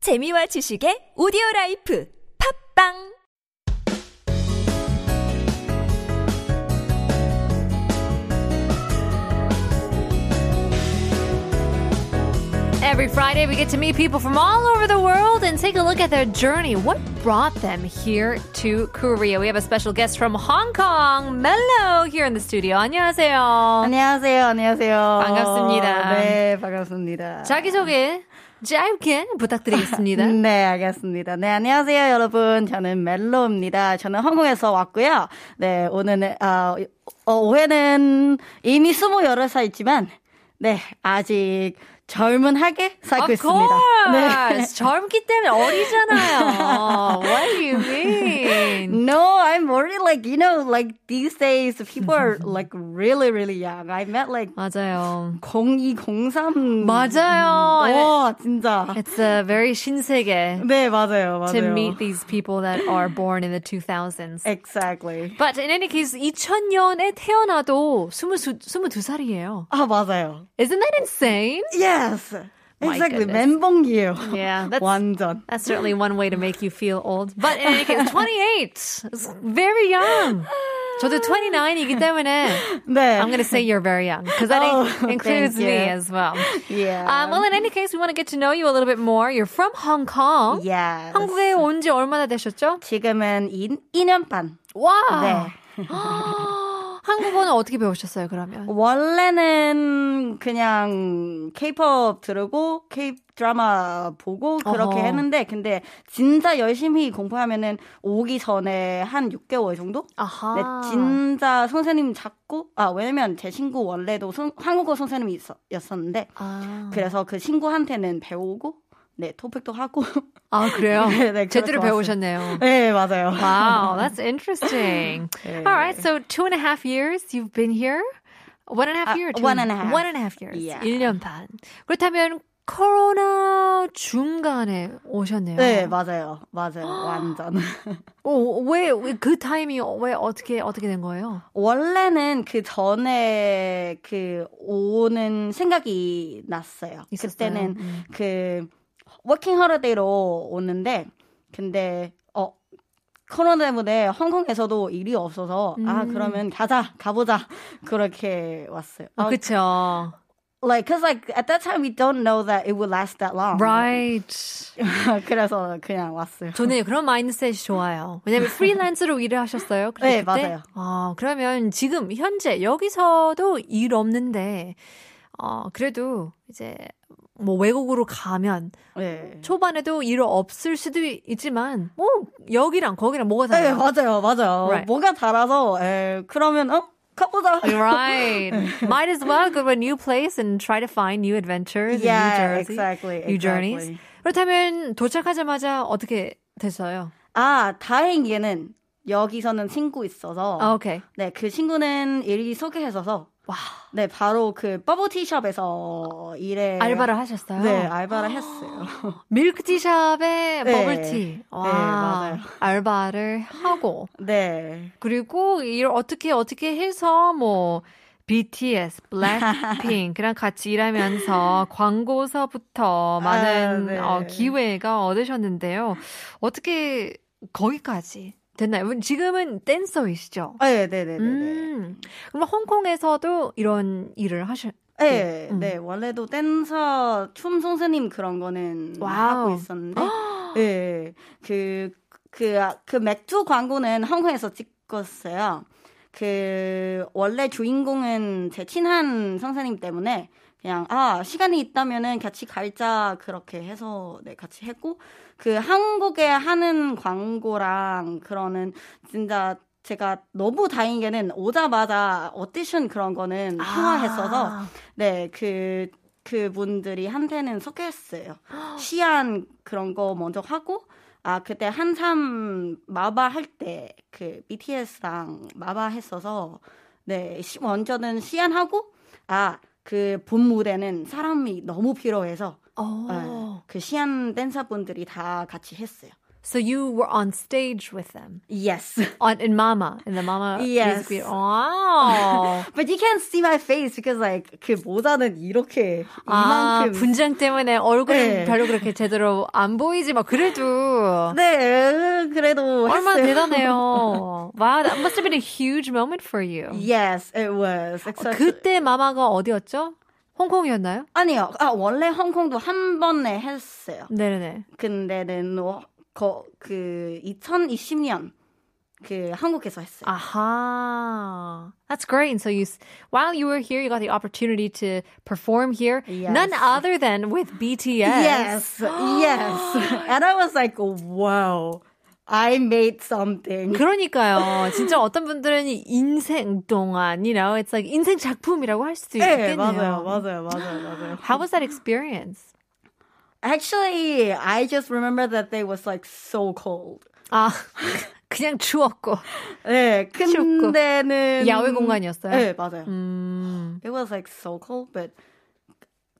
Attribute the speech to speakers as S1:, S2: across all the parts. S1: 재미와 지식의 오디오 라이프 팝빵
S2: Every Friday, we get to meet people from all over the world and take a look at their journey. What brought them here to Korea? We have a special guest from Hong Kong, Mello, here in the studio. 안녕하세요.
S3: 안녕하세요, 안녕하세요.
S2: 어? 반갑습니다.
S3: 네, 반갑습니다.
S2: 자기소개 짧게 부탁드리겠습니다.
S3: 네, 알겠습니다. 네, 안녕하세요, 여러분. 저는 멜로입니다. 저는 홍콩에서 왔고요. 네, 오늘, 아, 어, 올해는 이미 스물여덟 살이지만, 네, 아직 젊은하게 살고
S2: Of
S3: 있습니다. 네.
S2: course. 아, 젊기 때문에 어리잖아요. What do you mean?
S3: No, I'm already like, you know, like these days, people are like really, really young. I met like
S2: 맞아요.
S3: 0203.
S2: 맞아요.
S3: 와, 진짜.
S2: It's a very 신세계
S3: 네, 맞아요, 맞아요.
S2: to meet these people that are born in the 2000s.
S3: Exactly.
S2: But in any case, 2000년에 태어나도 22, 22살이에요.
S3: 아, 맞아요.
S2: Isn't that insane?
S3: Yes.
S2: My
S3: Exactly.
S2: goodness.
S3: 멘붕이에요.
S2: Yeah, that's-
S3: 완전.
S2: That's certainly one way to make you feel old. But in any case, 28 is very young. 저도 29이기 때문에
S3: 네.
S2: I'm going to say you're very young because that
S3: Oh,
S2: in- includes
S3: thank
S2: me
S3: you.
S2: as well.
S3: Yeah.
S2: Um, well, in any case, we want to get to know you a little bit more. You're from Hong Kong.
S3: yes.
S2: 한국에 온 지 얼마나 되셨죠?
S3: 지금은 2, 2년 반.
S2: 와!
S3: 네.
S2: 한국어는 어떻게 배우셨어요, 그러면?
S3: 원래는 그냥 K-pop 들고 K 드라마 보고 그렇게
S2: 어허.
S3: 했는데 근데 진짜 열심히 공부하면은 오기 전에 한 6개월 정도?
S2: 아하.
S3: 네, 진짜 선생님 찾고 아 왜냐면 제 친구 원래도 선- 한국어 선생님이 있었는데
S2: 아.
S3: 그래서 그 친구한테는 배우고 네 토픽도 하고
S2: 아 그래요?
S3: 네, 네,
S2: 제대로
S3: 그럴 것
S2: 배우셨네요.
S3: 네 맞아요.
S2: Wow, that's interesting.
S3: 네.
S2: All right, so two and a half years you've been here. One and a half
S3: Uh,
S2: year. two
S3: one and a half.
S2: One and a half years.
S3: Yeah.
S2: 1년 반. 그렇다면 코로나 중간에 오셨네요.
S3: 네 맞아요 맞아요 완전
S2: 어, 왜그 타이밍이 왜 어떻게 어떻게 된 거예요?
S3: 원래는 그 전에 그 오는 생각이 났어요.
S2: 있었어요?
S3: 그때는
S2: 음.
S3: 그 워킹 허러데이로 오는데 근데 어 코로나 때문에 홍콩에서도 일이 없어서 아
S2: 음.
S3: 그러면 가자 가보자 그렇게 왔어요.
S2: 아,
S3: 아,
S2: 그쵸.
S3: like cause like at that time we don't know that it would last that long.
S2: Right.
S3: 그래서 그냥 왔어요.
S2: 저는 그런 마인드셋이 좋아요. 왜냐면 프리랜서로 일을 하셨어요. 그래서
S3: 네,
S2: 그때?
S3: 맞아요.
S2: 아, 그러면 지금 현재 여기서도 일 없는데 어, 그래도 이제 뭐 외국으로 가면 예.
S3: 네.
S2: 초반에도 일 없을 수도 있지만 뭐 여기랑 거기랑 뭐가
S3: 네,
S2: 달라요?
S3: 맞아요, 맞아요.
S2: Right.
S3: 뭐가 달아서 에, 그러면 어 가보자.
S2: Right.
S3: 네.
S2: Might as well go to a new place and try to find new adventures
S3: Yeah,
S2: and new jersey.
S3: exactly,
S2: New journeys.
S3: exactly.
S2: 그렇다면 도착하자마자 어떻게 됐어요?
S3: 아 다행히는 여기서는 친구 있어서
S2: 아, 오케이.
S3: 네 그 친구는 일이 소개해서서
S2: 와.
S3: 네 바로 그 버블티샵에서 일에
S2: 알바를 하셨어요?
S3: 네 알바를 했어요.
S2: 밀크티샵에
S3: 네.
S2: 버블티. 와,
S3: 맞아요.
S2: 알바를 하고
S3: 네
S2: 그리고 이걸 어떻게 어떻게 해서 뭐 BTS, 블랙핑크랑 같이 일하면서 광고서부터 많은
S3: 아, 네.
S2: 어, 기회가 얻으셨는데요. 어떻게 거기까지 됐나요? 음, 지금은 댄서이시죠?
S3: 네, 네, 네, 네, 네.
S2: 음, 그럼 홍콩에서도 이런 일을 하실?
S3: 네,
S2: 음.
S3: 네, 원래도 댄서 춤 선생님 그런 거는
S2: 와우. 아.
S3: 하고 있었는데, 네, 그, 그, 그 맥주 광고는 홍콩에서 찍었어요. 그, 원래 주인공은 제 친한 선생님 때문에, 그냥, 아, 시간이 있다면은 같이 갈자, 그렇게 해서, 네, 같이 했고, 그 한국에 하는 광고랑, 그러는, 진짜, 제가 너무 다행히는 오자마자 오디션 그런 거는 통화했어서,
S2: 아.
S3: 네, 그, 그 분들이 한테는 소개했어요. 시안 그런 거 먼저 하고, 아, 그때 한삼 마바 할 때 그 BTS랑 마바 했어서, 네, 시- 먼저는 시안하고, 아, 그 본 무대는 사람이 너무 필요해서, 아,
S2: 어.
S3: 네, 그 시안 댄서분들이 다 같이 했어요.
S2: So you were on stage with them
S3: Yes.
S2: on in Mama in the Mama
S3: Yes.
S2: music video. Wow.
S3: But you can't see my face because like 그 모자는 이렇게
S2: 아,
S3: 이만큼
S2: 분장 때문에 얼굴은
S3: 네.
S2: 별로 그렇게 제대로 안 보이지 만 그래도
S3: 네, 그래도
S2: 얼마나
S3: 했어요.
S2: 대단해요. Wow, that must have been a huge moment for you.
S3: Yes, it was.
S2: 어,
S3: Exactly.
S2: 그때 마마가 어디였죠? 홍콩이었나요?
S3: 아니요. 아, 원래 홍콩도 한 번에 했어요.
S2: 네네네.
S3: 근데는 어, 거, 그 2020년 그 한국에서 했어요.
S2: Aha. That's great. And so you, s- while you were here, you got the opportunity to perform here.
S3: Yes.
S2: None other than with BTS.
S3: Yes, yes. And I was like, wow, I made something.
S2: 그러니까요. 진짜 어떤 분들은 이 인생 동안, you know, it's like 인생 작품이라고 할 수도
S3: 네,
S2: 있겠네요.
S3: 맞아요, 맞아요, 맞아요, 맞아요.
S2: How was that experience?
S3: Actually, I just remember that they was like so cold.
S2: 아, 그냥 추웠고
S3: 네,
S2: 춥고.
S3: 근데는
S2: 야외 공간이었어요.
S3: 네, 맞아요.
S2: 음,
S3: It was like so cold, but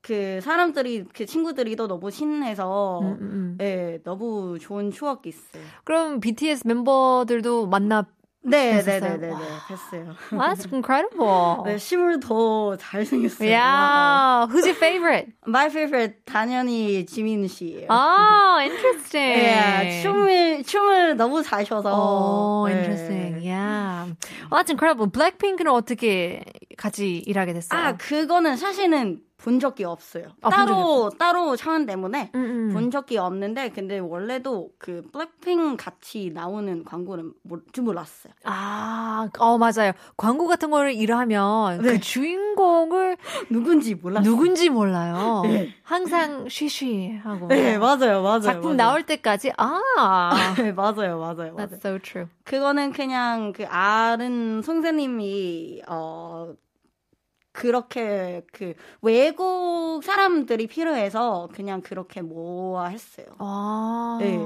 S3: 그 사람들이 그 친구들이 또 너무 신나서
S2: 음, 음.
S3: 네, 너무 좋은 추억이 있어요.
S2: 그럼 BTS 멤버들도 만나.
S3: 네, 네,
S2: 됐었어요? 어.
S3: 네, 네, 네, 됐어요.
S2: Wow, That's incredible.
S3: 네, 심을 더 잘생겼어요.
S2: Yeah. Who's your favorite?
S3: My favorite 당연히 지민 씨예요.
S2: Oh, interesting. 네.
S3: 예, 춤을 춤을 너무 잘 춰서.
S2: Oh,
S3: 예.
S2: interesting. Yeah. Well, 음. 아, that's incredible. 블랙핑크는 어떻게 같이 일하게 됐어요?
S3: 아 그거는 사실은 본 적이 없어요.
S2: 아, 본 적이
S3: 따로 따로 차원 때문에
S2: 음, 음.
S3: 본 적이 없는데 근데 원래도 그 블랙핑 같이 나오는 광고는 몰, 줄 몰랐어요.
S2: 아, 어, 맞아요. 광고 같은 거를 일하면 그 주인공을
S3: 누군지 몰랐어요.
S2: 누군지 몰라요. 항상 쉬쉬하고.
S3: 네 예. 맞아요 맞아요.
S2: 작품
S3: 맞아요.
S2: 나올 때까지, 아.
S3: 네, 맞아요 맞아요 맞아요.
S2: That's so true.
S3: 그거는 그냥 그 아는 선생님이 어 그렇게 그 외국 사람들이 필요해서 그냥 그렇게 모아 했어요.
S2: 아.
S3: 네.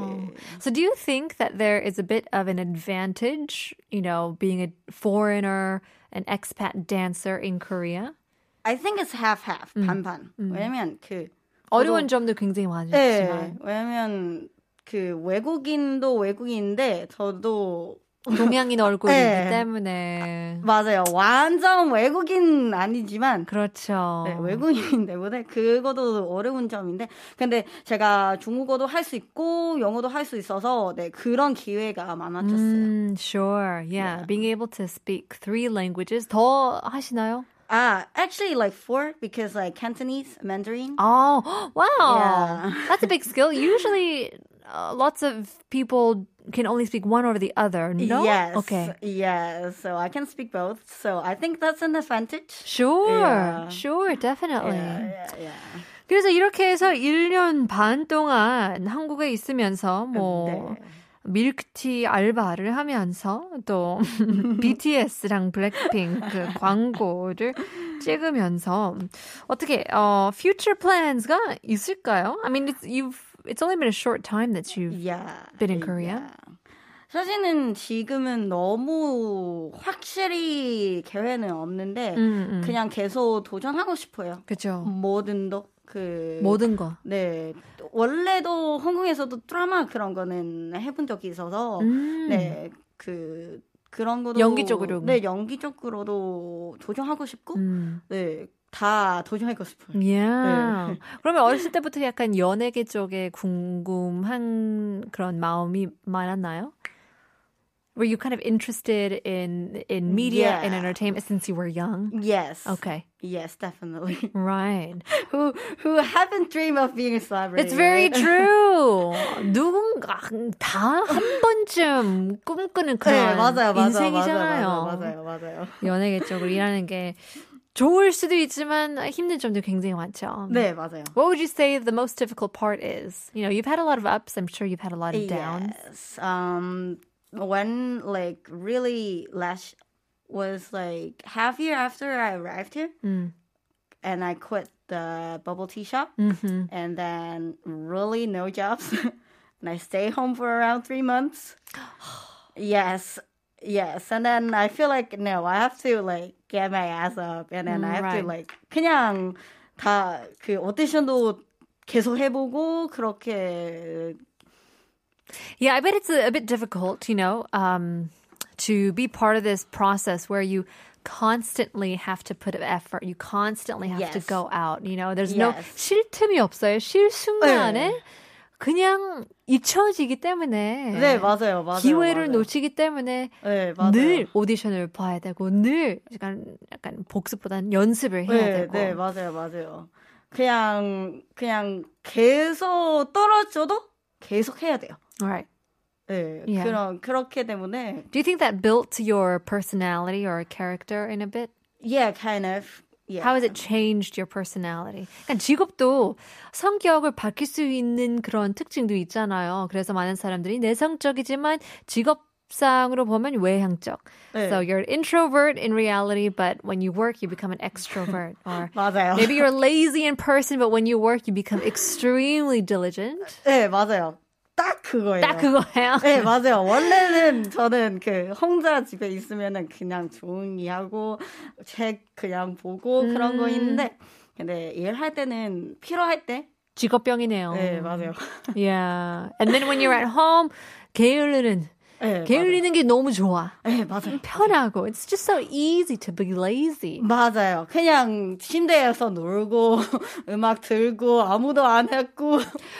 S2: So do you think that there is a bit of an advantage, you know, being a foreigner, an expat dancer in Korea?
S3: I think it's half half 반반. 왜냐면 그
S2: 어려운 점도 굉장히 많지만.
S3: 네, 왜냐면 그 외국인도 외국인인데 저도
S2: 동양인 얼굴이기
S3: 네.
S2: 때문에.
S3: 맞아요. 완전 외국인 아니지만
S2: 그렇죠.
S3: 네, 외국인 때문에 그거도 어려운 점인데 근데 제가 중국어도 할 수 있고 영어도 할 수 있어서 네 그런 기회가 많아졌어요.
S2: 음, sure. Yeah. Being able to speak three languages. 더 하시나요?
S3: 아, actually like four because like Cantonese, Mandarin.
S2: Oh, wow.
S3: Yeah.
S2: That's a big skill. Usually, uh, lots of people can only speak one or the other. No?
S3: Yes.
S2: Okay.
S3: Yes. So I can speak both. So I think that's an advantage.
S2: Sure.
S3: Yeah.
S2: Sure. Definitely.
S3: Yeah, yeah, yeah.
S2: 그래서 이렇게 해서 1년 반 동안 한국에 있으면서 뭐
S3: 네.
S2: 밀크티 알바를 하면서 또 BTS랑 블랙핑크 광고를 찍으면서 어떻게 어 future plans가 있을까요? I mean it's you've it's only been a short time that you've
S3: Yeah.
S2: Been in Korea?
S3: yeah. 사실은 지금은 너무 확실히 계획은 없는데
S2: 음, 음.
S3: 그냥 계속 도전하고 싶어요.
S2: 그죠
S3: 뭐든도 그
S2: 모든 거
S3: 네 원래도 홍콩에서도 드라마 그런 거는 해본 적이 있어서
S2: 음.
S3: 네 그 그런 것도
S2: 연기 쪽으로.
S3: 네 연기 쪽으로도 도전하고 싶고
S2: 음.
S3: 네다 도전하고 싶어요.
S2: Yeah. 음.
S3: 네.
S2: 그러면 어렸을 때부터 약간 연예계 쪽에 궁금한 그런 마음이 많았나요? Were you kind of interested in in media and
S3: Yeah.
S2: entertainment since you were young?
S3: Yes.
S2: 음. Okay.
S3: Yes, definitely.
S2: Right.
S3: who who haven't dreamed of being a celebrity?
S2: It's very
S3: right?
S2: true. 누군가 다 한 번쯤 꿈꾸는 그런
S3: 네 맞아요 맞아요
S2: 인생이잖아요.
S3: 맞아요 맞아요 맞아요.
S2: 그 연예계 쪽으로 일하는 게 좋을 수도 있지만 힘든 점도 굉장히 많죠.
S3: 네 맞아요.
S2: What would you say the most difficult part is? You know, you've had a lot of ups. I'm sure you've had a lot of downs.
S3: Yes. Um, when like really last was like half year after I arrived here,
S2: Mm.
S3: and I quit the bubble tea shop,
S2: Mm-hmm.
S3: and then really no jobs, and I stay home for around three months. yes. Yes, and then I feel like no, I have to like get my ass up, and then I have
S2: Right.
S3: to like 그냥 다 그 오디션도 계속 해보고 그렇게
S2: Yeah, I bet it's a, a bit difficult, you know, um, to be part of this process where you constantly have to put effort. You constantly have to
S3: Yes.
S2: go out. You know, there's no
S3: Yes.
S2: 쉴 틈이 없어요. 쉴 순간에
S3: 네.
S2: 그냥 잊혀지기 때문에
S3: 네, 맞아요, 맞아요.
S2: 기회를
S3: 맞아요.
S2: 놓치기 때문에
S3: 네, 맞아요.
S2: 늘 오디션을 봐야 되고 늘 약간 약간 복습보다는 연습을 해야
S3: 네,
S2: 되고
S3: 네, 맞아요, 맞아요. 그냥 그냥 계속 떨어져도 계속 해야 돼요.
S2: Alright.
S3: 네,
S2: Yeah.
S3: 그런 그렇게 때문에
S2: Do you think that built your personality or character in a bit?
S3: yeah, kind of. Yeah.
S2: How has it changed your personality? 그러니까 직업도 성격을 바뀔 수 있는 그런 특징도 있잖아요. 그래서 많은 사람들이 내성적이지만 직업상으로 보면 외향적.
S3: 네.
S2: So you're an introvert in reality, but when you work, you become an extrovert. Or
S3: 맞아요.
S2: maybe you're lazy in person, but when you work, you become extremely diligent.
S3: 네, 맞아요. 딱 그거예요.
S2: 딱 그거예요.
S3: 네, 맞아요. 원래는 저는 그 혼자 집에 있으면은 그냥 조용히 하고 책 그냥 보고 그런
S2: 음.
S3: 거인데 근데 일할 때는 필요할 때
S2: 직업병이네요.
S3: 네, 맞아요.
S2: Yeah. And then when you're at home, 게으르는
S3: 네, 맞아요.
S2: 게을리는 게 너무 좋아.
S3: 네, 맞아요.
S2: 편하고. It's just so easy to be lazy.
S3: 맞아요. 그냥 침대에서 놀고 음악 들고 아무도 안 했고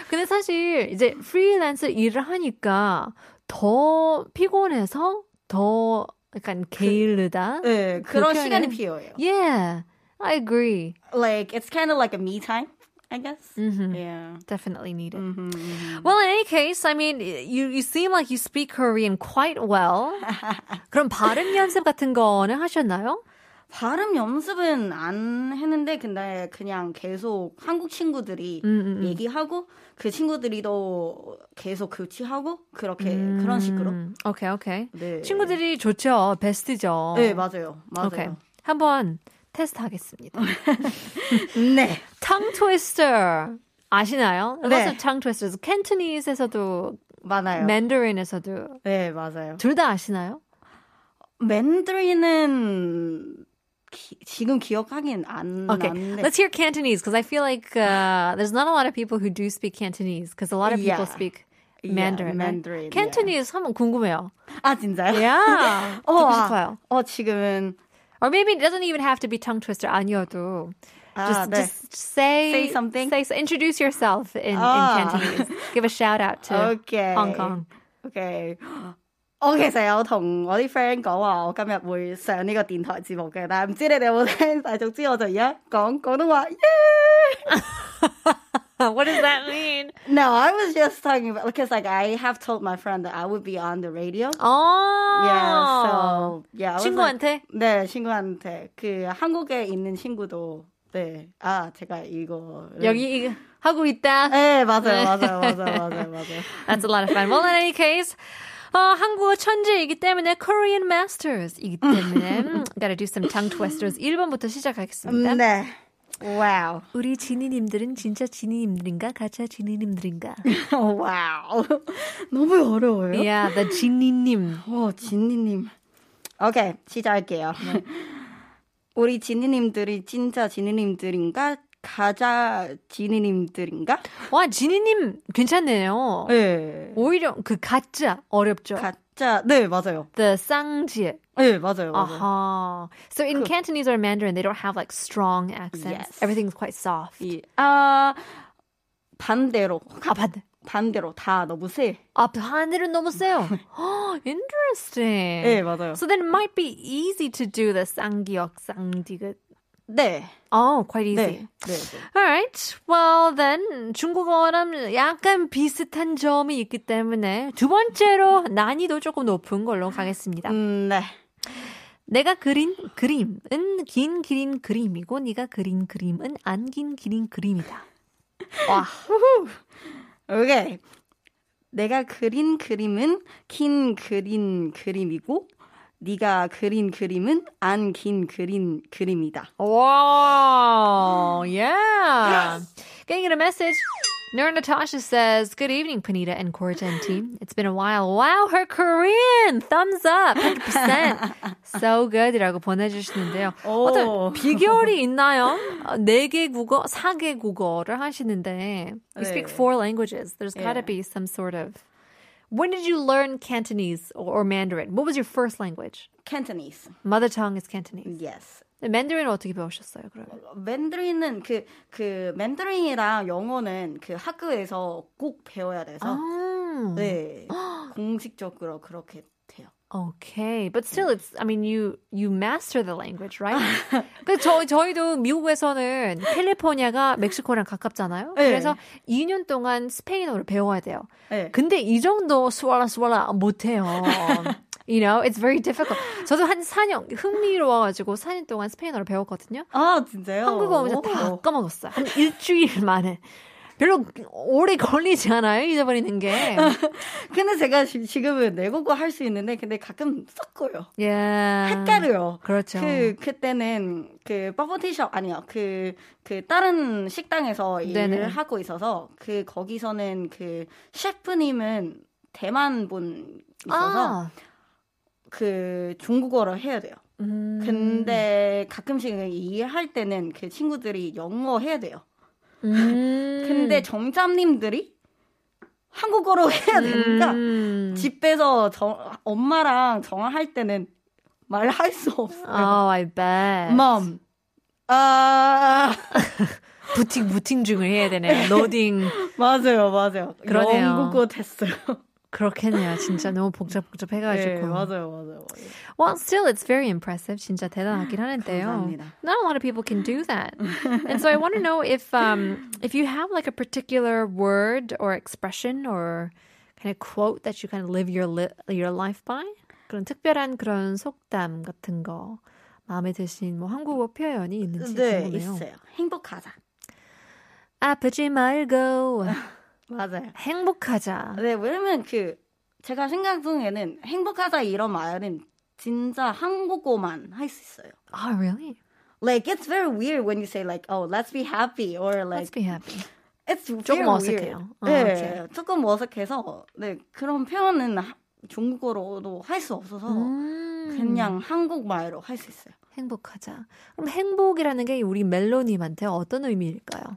S2: 근데 사실 이제 프리랜서 일을 하니까 더 피곤해서 더 약간 게으르다.
S3: 그 네,
S2: 그
S3: 그런
S2: 표현은-
S3: 시간이 필요해요.
S2: Yeah, I agree.
S3: Like it's kind of like a me time, I guess.
S2: 음.
S3: Yeah.
S2: Mm-hmm. Definitely need it.
S3: 네. 음,
S2: Well, in any case, I mean, you you seem like you speak Korean quite well. 그럼 발음 연습 같은 거는 하셨나요?
S3: 발음 연습은 안 했는데 근데 그냥 계속 한국 친구들이
S2: 음, 음, 음.
S3: 얘기하고 그 친구들이 또 계속 교치하고 그렇게 그런 식으로.
S2: 음, 오케이, 오케이.
S3: 네.
S2: 친구들이 좋죠. 베스트죠.
S3: 네 맞아요 맞아요.
S2: 오케이. 한번 테스트하겠습니다.
S3: 네.
S2: tongue twister 아시나요?
S3: 네.
S2: Lots of tongue twisters. Cantonese에서도
S3: 많아요.
S2: Mandarin에서도
S3: 네 맞아요.
S2: 둘 다 아시나요?
S3: 맨드리는 기- 지금 기억하긴 안
S2: Okay,
S3: 나는데.
S2: let's hear Cantonese because I feel like uh, there's not a lot of people who do speak Cantonese because a lot of people
S3: Yeah.
S2: speak
S3: Yeah,
S2: Mandarin. right?
S3: Mandarin,
S2: Cantonese 한번 궁금해요.
S3: 아 진짜요?
S2: Yeah,
S3: 어,
S2: 듣고
S3: 아,
S2: 싶어요.
S3: 어 지금은
S2: Or maybe it doesn't even have to be tongue twister 아니어도
S3: 아,
S2: just,
S3: 네.
S2: just say
S3: Say something.
S2: Say, introduce yourself in, in
S3: 아.
S2: Cantonese. Give a shout out to
S3: Okay.
S2: Hong Kong.
S3: OK，我其實有同我啲 friend 講話，我今日會上呢個電台節目嘅，但係唔知你哋有冇聽？但係總之我就而家講廣東話。耶
S2: what does that mean?
S3: No, I was just talking about because like I have told my friend that I would be on the radio.
S2: Oh,
S3: Yeah, so yeah. I was like-
S2: 친구한테
S3: 네, 친구한테 그 한국에 있는 친구도 네, 아 제가 이거
S2: 여기 이거 하고 있다.
S3: 네 맞아요, 맞아요, 맞아요, 맞아요, 맞아요.
S2: That's a lot of fun. Well, in any case, 어, 한국어 천재이기 때문에 Korean Masters이기 때문에 음, gotta do some tongue twisters. 1번부터 시작하겠습니다.
S3: 네, wow,
S2: 우리 지니님들은 진짜 지니님들인가 가짜 지니님들인가?
S3: wow, 너무 어려워요.
S2: Yeah, the 지니님.
S3: 오, 어, 진니님. 오케이, 시작할게요. 우리 진니님들이 진짜 진니님들인가? 가자 진니님들인가?
S2: 와 지니님 괜찮네요.
S3: 네.
S2: 오히려 그 가짜 어렵죠.
S3: 가짜, 네, 맞아요.
S2: The 쌍지.
S3: 네, 맞아요. 맞아요.
S2: Aha. So in Cantonese or Mandarin, they don't have like strong accents.
S3: Yes.
S2: Everything's quite soft.
S3: 이, 아, 반대로.
S2: 아, 반대.
S3: 반대로. 다 너무 세.
S2: 아, 반대로 너무 세요. Oh, interesting.
S3: 네, 맞아요.
S2: So then it might be easy to do the 쌍기역 쌍디귿.
S3: 네.
S2: Oh, quite
S3: 네.
S2: easy.
S3: 네.
S2: All right. Well, then 중국어랑 약간 비슷한 점이 있기 때문에 두 번째로 난이도 조금 높은 걸로 가겠습니다.
S3: 네. 음, 네.
S2: 내가 그린 그림은 긴 그린 그림이고 네가 그린 그림은 안 긴 그린 그림이다. 와.
S3: 오케이. 내가 그린 그림은 긴 그린 그림이고, 네가 그린 그림은 안 긴 그린 그림이다.
S2: Wow. Yeah. Getting in a message. Nur Natasha says, Good evening, Panita and Korjan team. It's been a while. Wow, her Korean! Thumbs up! 100%. so good이라고 보내주시는데요.
S3: 오.
S2: 어떤 비결이 있나요? 어, 네개 국어, 사개 국어를 하시는데, you speak
S3: 네.
S2: four languages. There's gotta
S3: 예.
S2: be some sort of When did you learn Cantonese or, or Mandarin? What was your first language?
S3: Cantonese.
S2: Mother tongue is Cantonese.
S3: Yes.
S2: Mandarin 어떻게 배우셨어요? 그러면
S3: 맨드린은 그, 그, 맨드린이랑 영어는 그 학교에서 꼭 배워야 돼서,
S2: 아.
S3: 네. 공식적으로 그렇게 돼요.
S2: Okay, but still, it's. I mean, you you master the language, right? 그 저, 저희도 미국에서는 캘리포니아가 멕시코랑 가깝잖아요.
S3: 네.
S2: 그래서 2년 동안 스페인어를 배워야 돼요.
S3: 네.
S2: 근데 이 정도 수월라 수월라 못해요. You know, it's very difficult. 저도 한 4년 흥미로워가지고 4년 동안 스페인어를 배웠거든요.
S3: 아, 진짜요?
S2: 한국어 이제 다 까먹었어요. 한 일주일 만에. 별로 오래 걸리지 않아요, 잊어버리는 게.
S3: 근데 제가 지- 지금은 외국어 할 수 있는데, 근데 가끔 섞어요.
S2: 예.
S3: 헷갈려요.
S2: 그렇죠.
S3: 그 그때는 그 버퍼티숍 아니요 그 그 다른 식당에서 일을
S2: 네네.
S3: 하고 있어서 그 거기서는 그 셰프님은 대만 분 있어서
S2: 아.
S3: 그 중국어를 해야 돼요.
S2: 음.
S3: 근데 가끔씩은 일할 때는 그 친구들이 영어 해야 돼요.
S2: 음.
S3: 근데 정짬님들이 한국어로 해야 되니까
S2: 음.
S3: 그러니까 집에서 정- 엄마랑 정화할 때는 말할 수 없어요.
S2: Oh, I bet.
S3: Mom. 아
S2: 부팅 부팅 중을 해야 되네. 로딩.
S3: 맞아요, 맞아요.
S2: 그러네요.
S3: 영국어 됐어요.
S2: 그렇겠네요. 진짜 너무 복잡 복잡해가지고.
S3: 네, 맞아요, 맞아요. 맞아요.
S2: Well, still, it's very impressive. 진짜 대단하긴 하는데요.
S3: 감사합니다.
S2: Not a lot of people can do that. and so I want to know if um, if you have like a particular word or expression or kind of quote that you kind of live your li- your life by. 그런 특별한 그런 속담 같은 거 마음에 드신 뭐 한국어 표현이 있는지
S3: 네,
S2: 궁금해요.
S3: 있어요. 행복하자.
S2: 아프지 말고
S3: 맞아요.
S2: 행복하자.
S3: 네, 왜냐면 그 제가 생각 중에는 행복하자 이런 말은 진짜 한국어만 할 수 있어요.
S2: Oh, really?
S3: Like it's very weird when you say like, oh, let's be happy or like
S2: Let's be happy.
S3: it's very
S2: 조금
S3: weird.
S2: 어색해요.
S3: 네,
S2: 어, 오케이.
S3: 조금 어색해서 네 그런 표현은 하- 중국어로도 할 수 없어서
S2: 음.
S3: 그냥 한국말로 할 수 있어요.
S2: 행복하자. 그럼 행복이라는 게 우리 멜로님한테 어떤 의미일까요?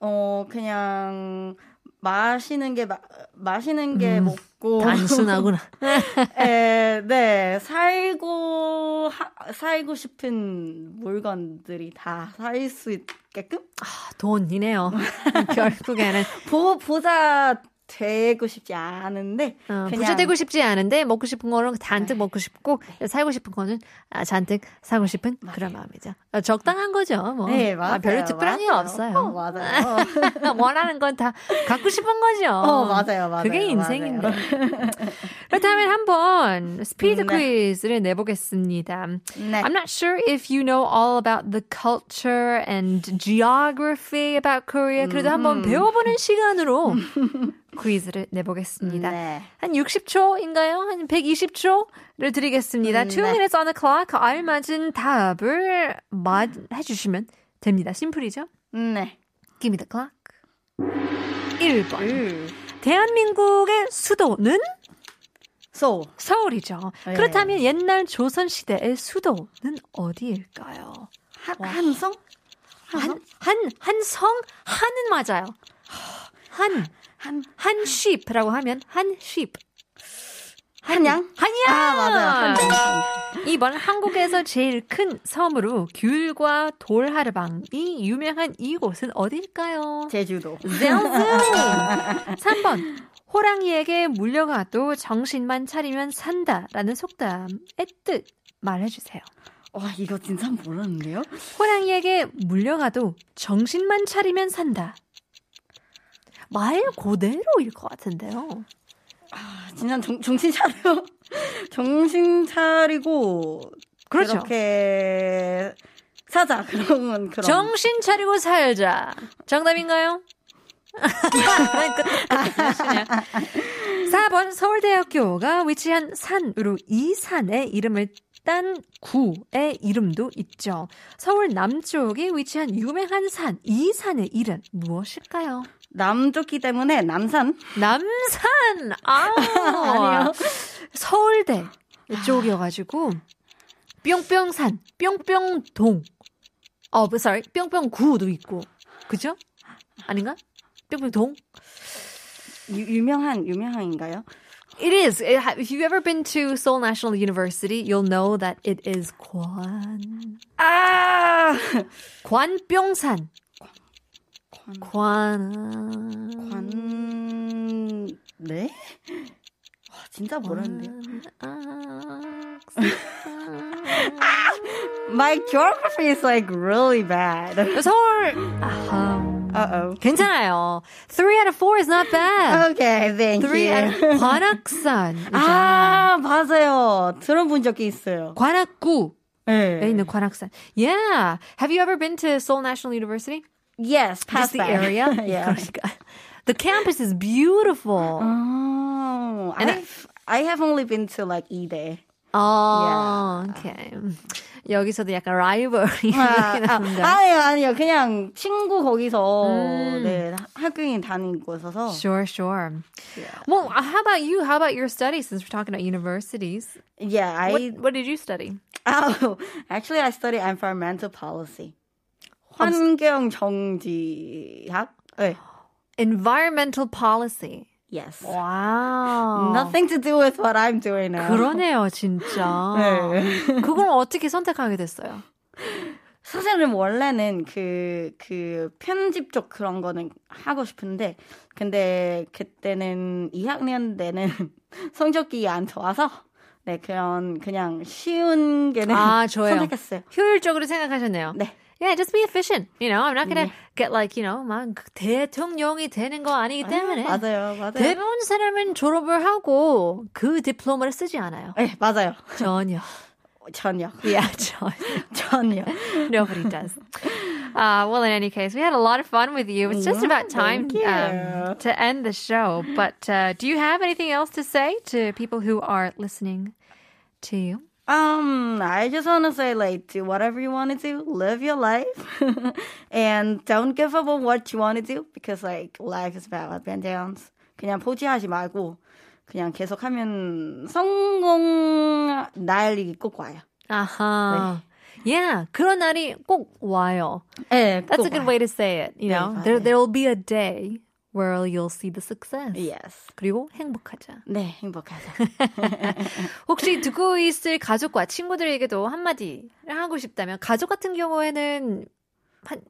S3: 어 그냥 마시는 게 마, 마시는 게
S2: 음,
S3: 먹고
S2: 단순하구나.
S3: 에, 네 살고 하, 살고 싶은 물건들이 다 살 수 있게끔
S2: 아, 돈이네요. 결국에는
S3: 보 보자 되고 싶지 않은데
S2: 어,
S3: 그냥- 네.
S2: 부자 되고 싶지 않은데 먹고 싶은 거는 잔뜩 먹고 싶고 살고 싶은 거는 아, 잔뜩 사고 싶은 그런 마음이죠. 아, 적당한 거죠. 뭐.
S3: 네
S2: 아,
S3: 맞아요
S2: 별로 특별한 게
S3: 맞아요. 어,
S2: 없어요.
S3: 맞아요
S2: 원하는 건 다 갖고 싶은 거죠.
S3: 어 맞아요 맞아요
S2: 그게 인생인데. 그렇다면 한번 스피드
S3: 네.
S2: 퀴즈를 내보겠습니다.
S3: 네.
S2: I'm not sure if you know all about the culture and geography about Korea. 그래도
S3: 음.
S2: 한번 배워보는 시간으로 퀴즈를 내보겠습니다.
S3: 네.
S2: 한 60초인가요? 한 120초를 드리겠습니다.
S3: 음,
S2: 2
S3: 네.
S2: minutes on the clock. 알맞은 답을 맞 해주시면 됩니다. 심플이죠?
S3: 네.
S2: Give me the clock. 1번. 대한민국의 수도는
S3: So,
S2: 서울이죠.
S3: 네.
S2: 그렇다면 옛날 조선시대의 수도는 어디일까요?
S3: 한, 한성?
S2: 한, 한, 한성? 한은 맞아요. 한,
S3: 한,
S2: 한 sheep라고 하면 한 sheep.
S3: 한양?
S2: 한양!
S3: 아, 맞아요. 한양.
S2: 이번 한국에서 제일 큰 섬으로 귤과 돌하르방이 유명한 이곳은 어딜까요?
S3: 제주도.
S2: 젤즈! 3번. 호랑이에게 물려가도 정신만 차리면 산다라는 속담의 뜻 말해주세요.
S3: 와, 이거 진짜 몰랐는데요?
S2: 호랑이에게 물려가도 정신만 차리면 산다. 말 그대로일 것 같은데요.
S3: 아, 진짜 정, 정신 차려. 정신 차리고.
S2: 그렇죠.
S3: 그렇게 사자. 그러면, 그럼.
S2: 정신 차리고 살자. 정답인가요? 끝내시네요. 4번 서울대학교가 위치한 산으로 이 산의 이름을 딴 구의 이름도 있죠. 서울 남쪽에 위치한 유명한 산, 이 산의 이름 무엇일까요?
S3: 남조기 때문에 남산?
S2: 남산! 아,
S3: 아니요.
S2: 서울대 아. 쪽이어가지고, 뿅뿅산, 뿅뿅동, 어, sorry, 뿅뿅구도 있고, 그죠? 아닌가? 뿅뿅동?
S3: 유, 유명한, 유명한인가요?
S2: It is. It ha- if you've ever been to Seoul National University, you'll know that it is Kwan.
S3: 아,
S2: 관병산. 관.
S3: 관, 네? 와, 진짜 모르는데요.
S2: 아,
S3: My geography is like really bad.
S2: 서울. 아하.
S3: Uh oh.
S2: 괜찮아요. Three out of four is not bad.
S3: Okay, Oh, thank
S2: Three out
S3: you.
S2: of 관악산.
S3: 아, 맞아요. 들어본 적이 있어요.
S2: 관악구에
S3: 네.
S2: 있는 관악산. Yeah. Have you ever been to Seoul National University?
S3: Yes,
S2: Just
S3: past
S2: the area.
S3: yeah.
S2: 그러니까. The campus is beautiful.
S3: Oh,
S2: And
S3: I've, I have only been to like 이대.
S2: 아, okay. 여기서도 약간 라이벌이
S3: 아, 아,
S2: 난다.
S3: 아니요, 아니요. 그냥 친구 거기서
S2: 음.
S3: 네, 하- 학교에 다니는 곳에서.
S2: Sure, sure.
S3: Yeah.
S2: Well, uh, how about you? How about your studies? Since we're talking about universities,
S3: Yeah, I
S2: what, what did you study?
S3: oh, actually I study environmental policy. 환경 정지학? 네.
S2: Environmental policy.
S3: Yes.
S2: Wow.
S3: Nothing to do with what I'm doing now.
S2: 그러네요, 진짜.
S3: 네.
S2: 그걸 어떻게 선택하게 됐어요?
S3: 사실은 원래는 그, 그 편집 쪽 그런 거는 하고 싶은데, 근데 그때는 2학년 때는 성적이 안 좋아서, 네, 그런, 그냥 쉬운 게는
S2: 아, 좋아요.
S3: 선택했어요.
S2: 효율적으로 생각하셨네요.
S3: 네.
S2: Yeah, just be efficient. You know, I'm not gonna get like, you know, 막 대통령이 되는 거 아니기 때문에.
S3: 아, 맞아요, 맞아요.
S2: 대부분 사람은 졸업을 하고 그 디플로마를 쓰지 않아요.
S3: 네, 맞아요.
S2: 전혀.
S3: 전혀.
S2: Yeah, 전혀.
S3: 전혀.
S2: Nobody does. Uh, well, in any case, we had a lot of fun with you. It's just
S3: Yeah,
S2: about time
S3: thank you.
S2: um, to end the show. But uh, do you have anything else to say to people who are listening to you?
S3: Um, I just want to say, like, do whatever you want to do, live your life, and don't give up on what you want to do because, like, life is about up and downs. 그냥 포기하지 말고 그냥 계속하면 성공 날이 꼭 와요.
S2: Uh-huh. Yeah, 그런 날이 꼭 와요.
S3: 네,
S2: That's a good way to say it. You
S3: 네,
S2: know, there
S3: 맞아요.
S2: there will be a day where you'll see the success.
S3: Yes.
S2: 그리고 행복하자.
S3: 네, 행복하자.
S2: 혹시 듣고 있을 가족과 친구들에게도 한마디 하고 싶다면 가족 같은 경우에는 한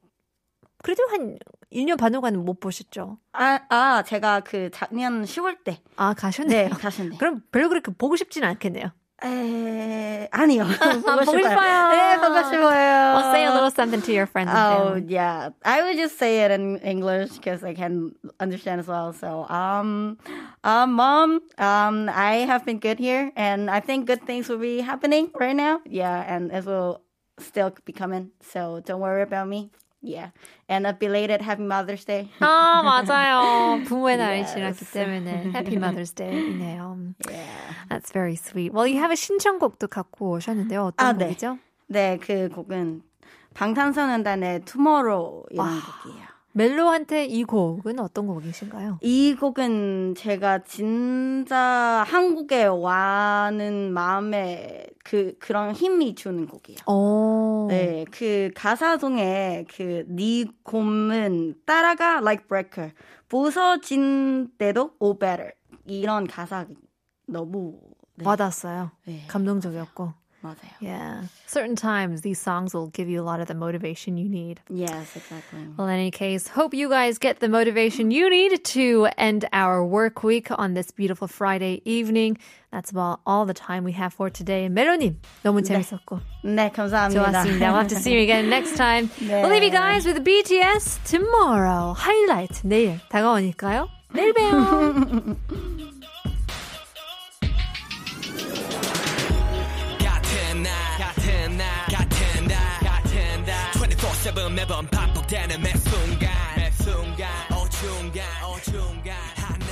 S2: 그래도 한 1년 반 후간 못 보셨죠?
S3: 아, 아, 제가 그 작년 10월 때,
S2: 아
S3: 네,
S2: 가셨네요.
S3: 가셨네요.
S2: 그럼 별로 그렇게 보고 싶진 않겠네요.
S3: 에, 아니요. 보고
S2: 보고 싶어요.
S3: 네, 보고 싶어요.
S2: Well, say a little something to your friends.
S3: Oh
S2: and family.
S3: yeah, I would just say it in English because I can understand as well. So, um, uh, mom, um, I have been good here, and I think good things will be happening right now. Yeah, and it will still be coming. So don't worry about me. Yeah, and a belated Happy Mother's Day.
S2: 아 맞아요. 부모의 날이
S3: Yes.
S2: 지났기 때문에 Happy Mother's Day이네요.
S3: Yeah.
S2: That's very sweet. Well, you have a 신청곡도 갖고 오셨는데요. 어떤
S3: 아, 네.
S2: 곡이죠?
S3: 네, 그 곡은 방탄소년단의 Tomorrow 이라는 곡이에요.
S2: 멜로한테 이 곡은 어떤 곡이신가요?
S3: 이 곡은 제가 진짜 한국에 와는 마음에 그 그런 힘이 주는
S2: 어.
S3: 곡이에요.
S2: 오.
S3: 네, 그 가사 중에 그네 곰은 따라가 like breaker 부서진 때도 o better 이런 가사 너무 네,
S2: 와닿았어요.
S3: 네,
S2: 감동적이었고.
S3: 맞아요.
S2: Yeah. Certain times these songs will give you a lot of the motivation you need.
S3: Yes, exactly.
S2: Well, in any case, hope you guys get the motivation you need to end our work week on this beautiful Friday evening. That's about all the time we have for today. 메로님, 너무 재밌었고
S3: 네, 감사합니다.
S2: 좋았습니다. We'll have to see you again next time.
S3: 네.
S2: We'll leave you guys with BTS tomorrow. Highlight 내일 다가오니까요. 내일 봬요.
S4: 같은 날 같은 날 같은 날 같은 날 24/7 매번 반복되는 매 순간 매 순간 어중간 어중간 한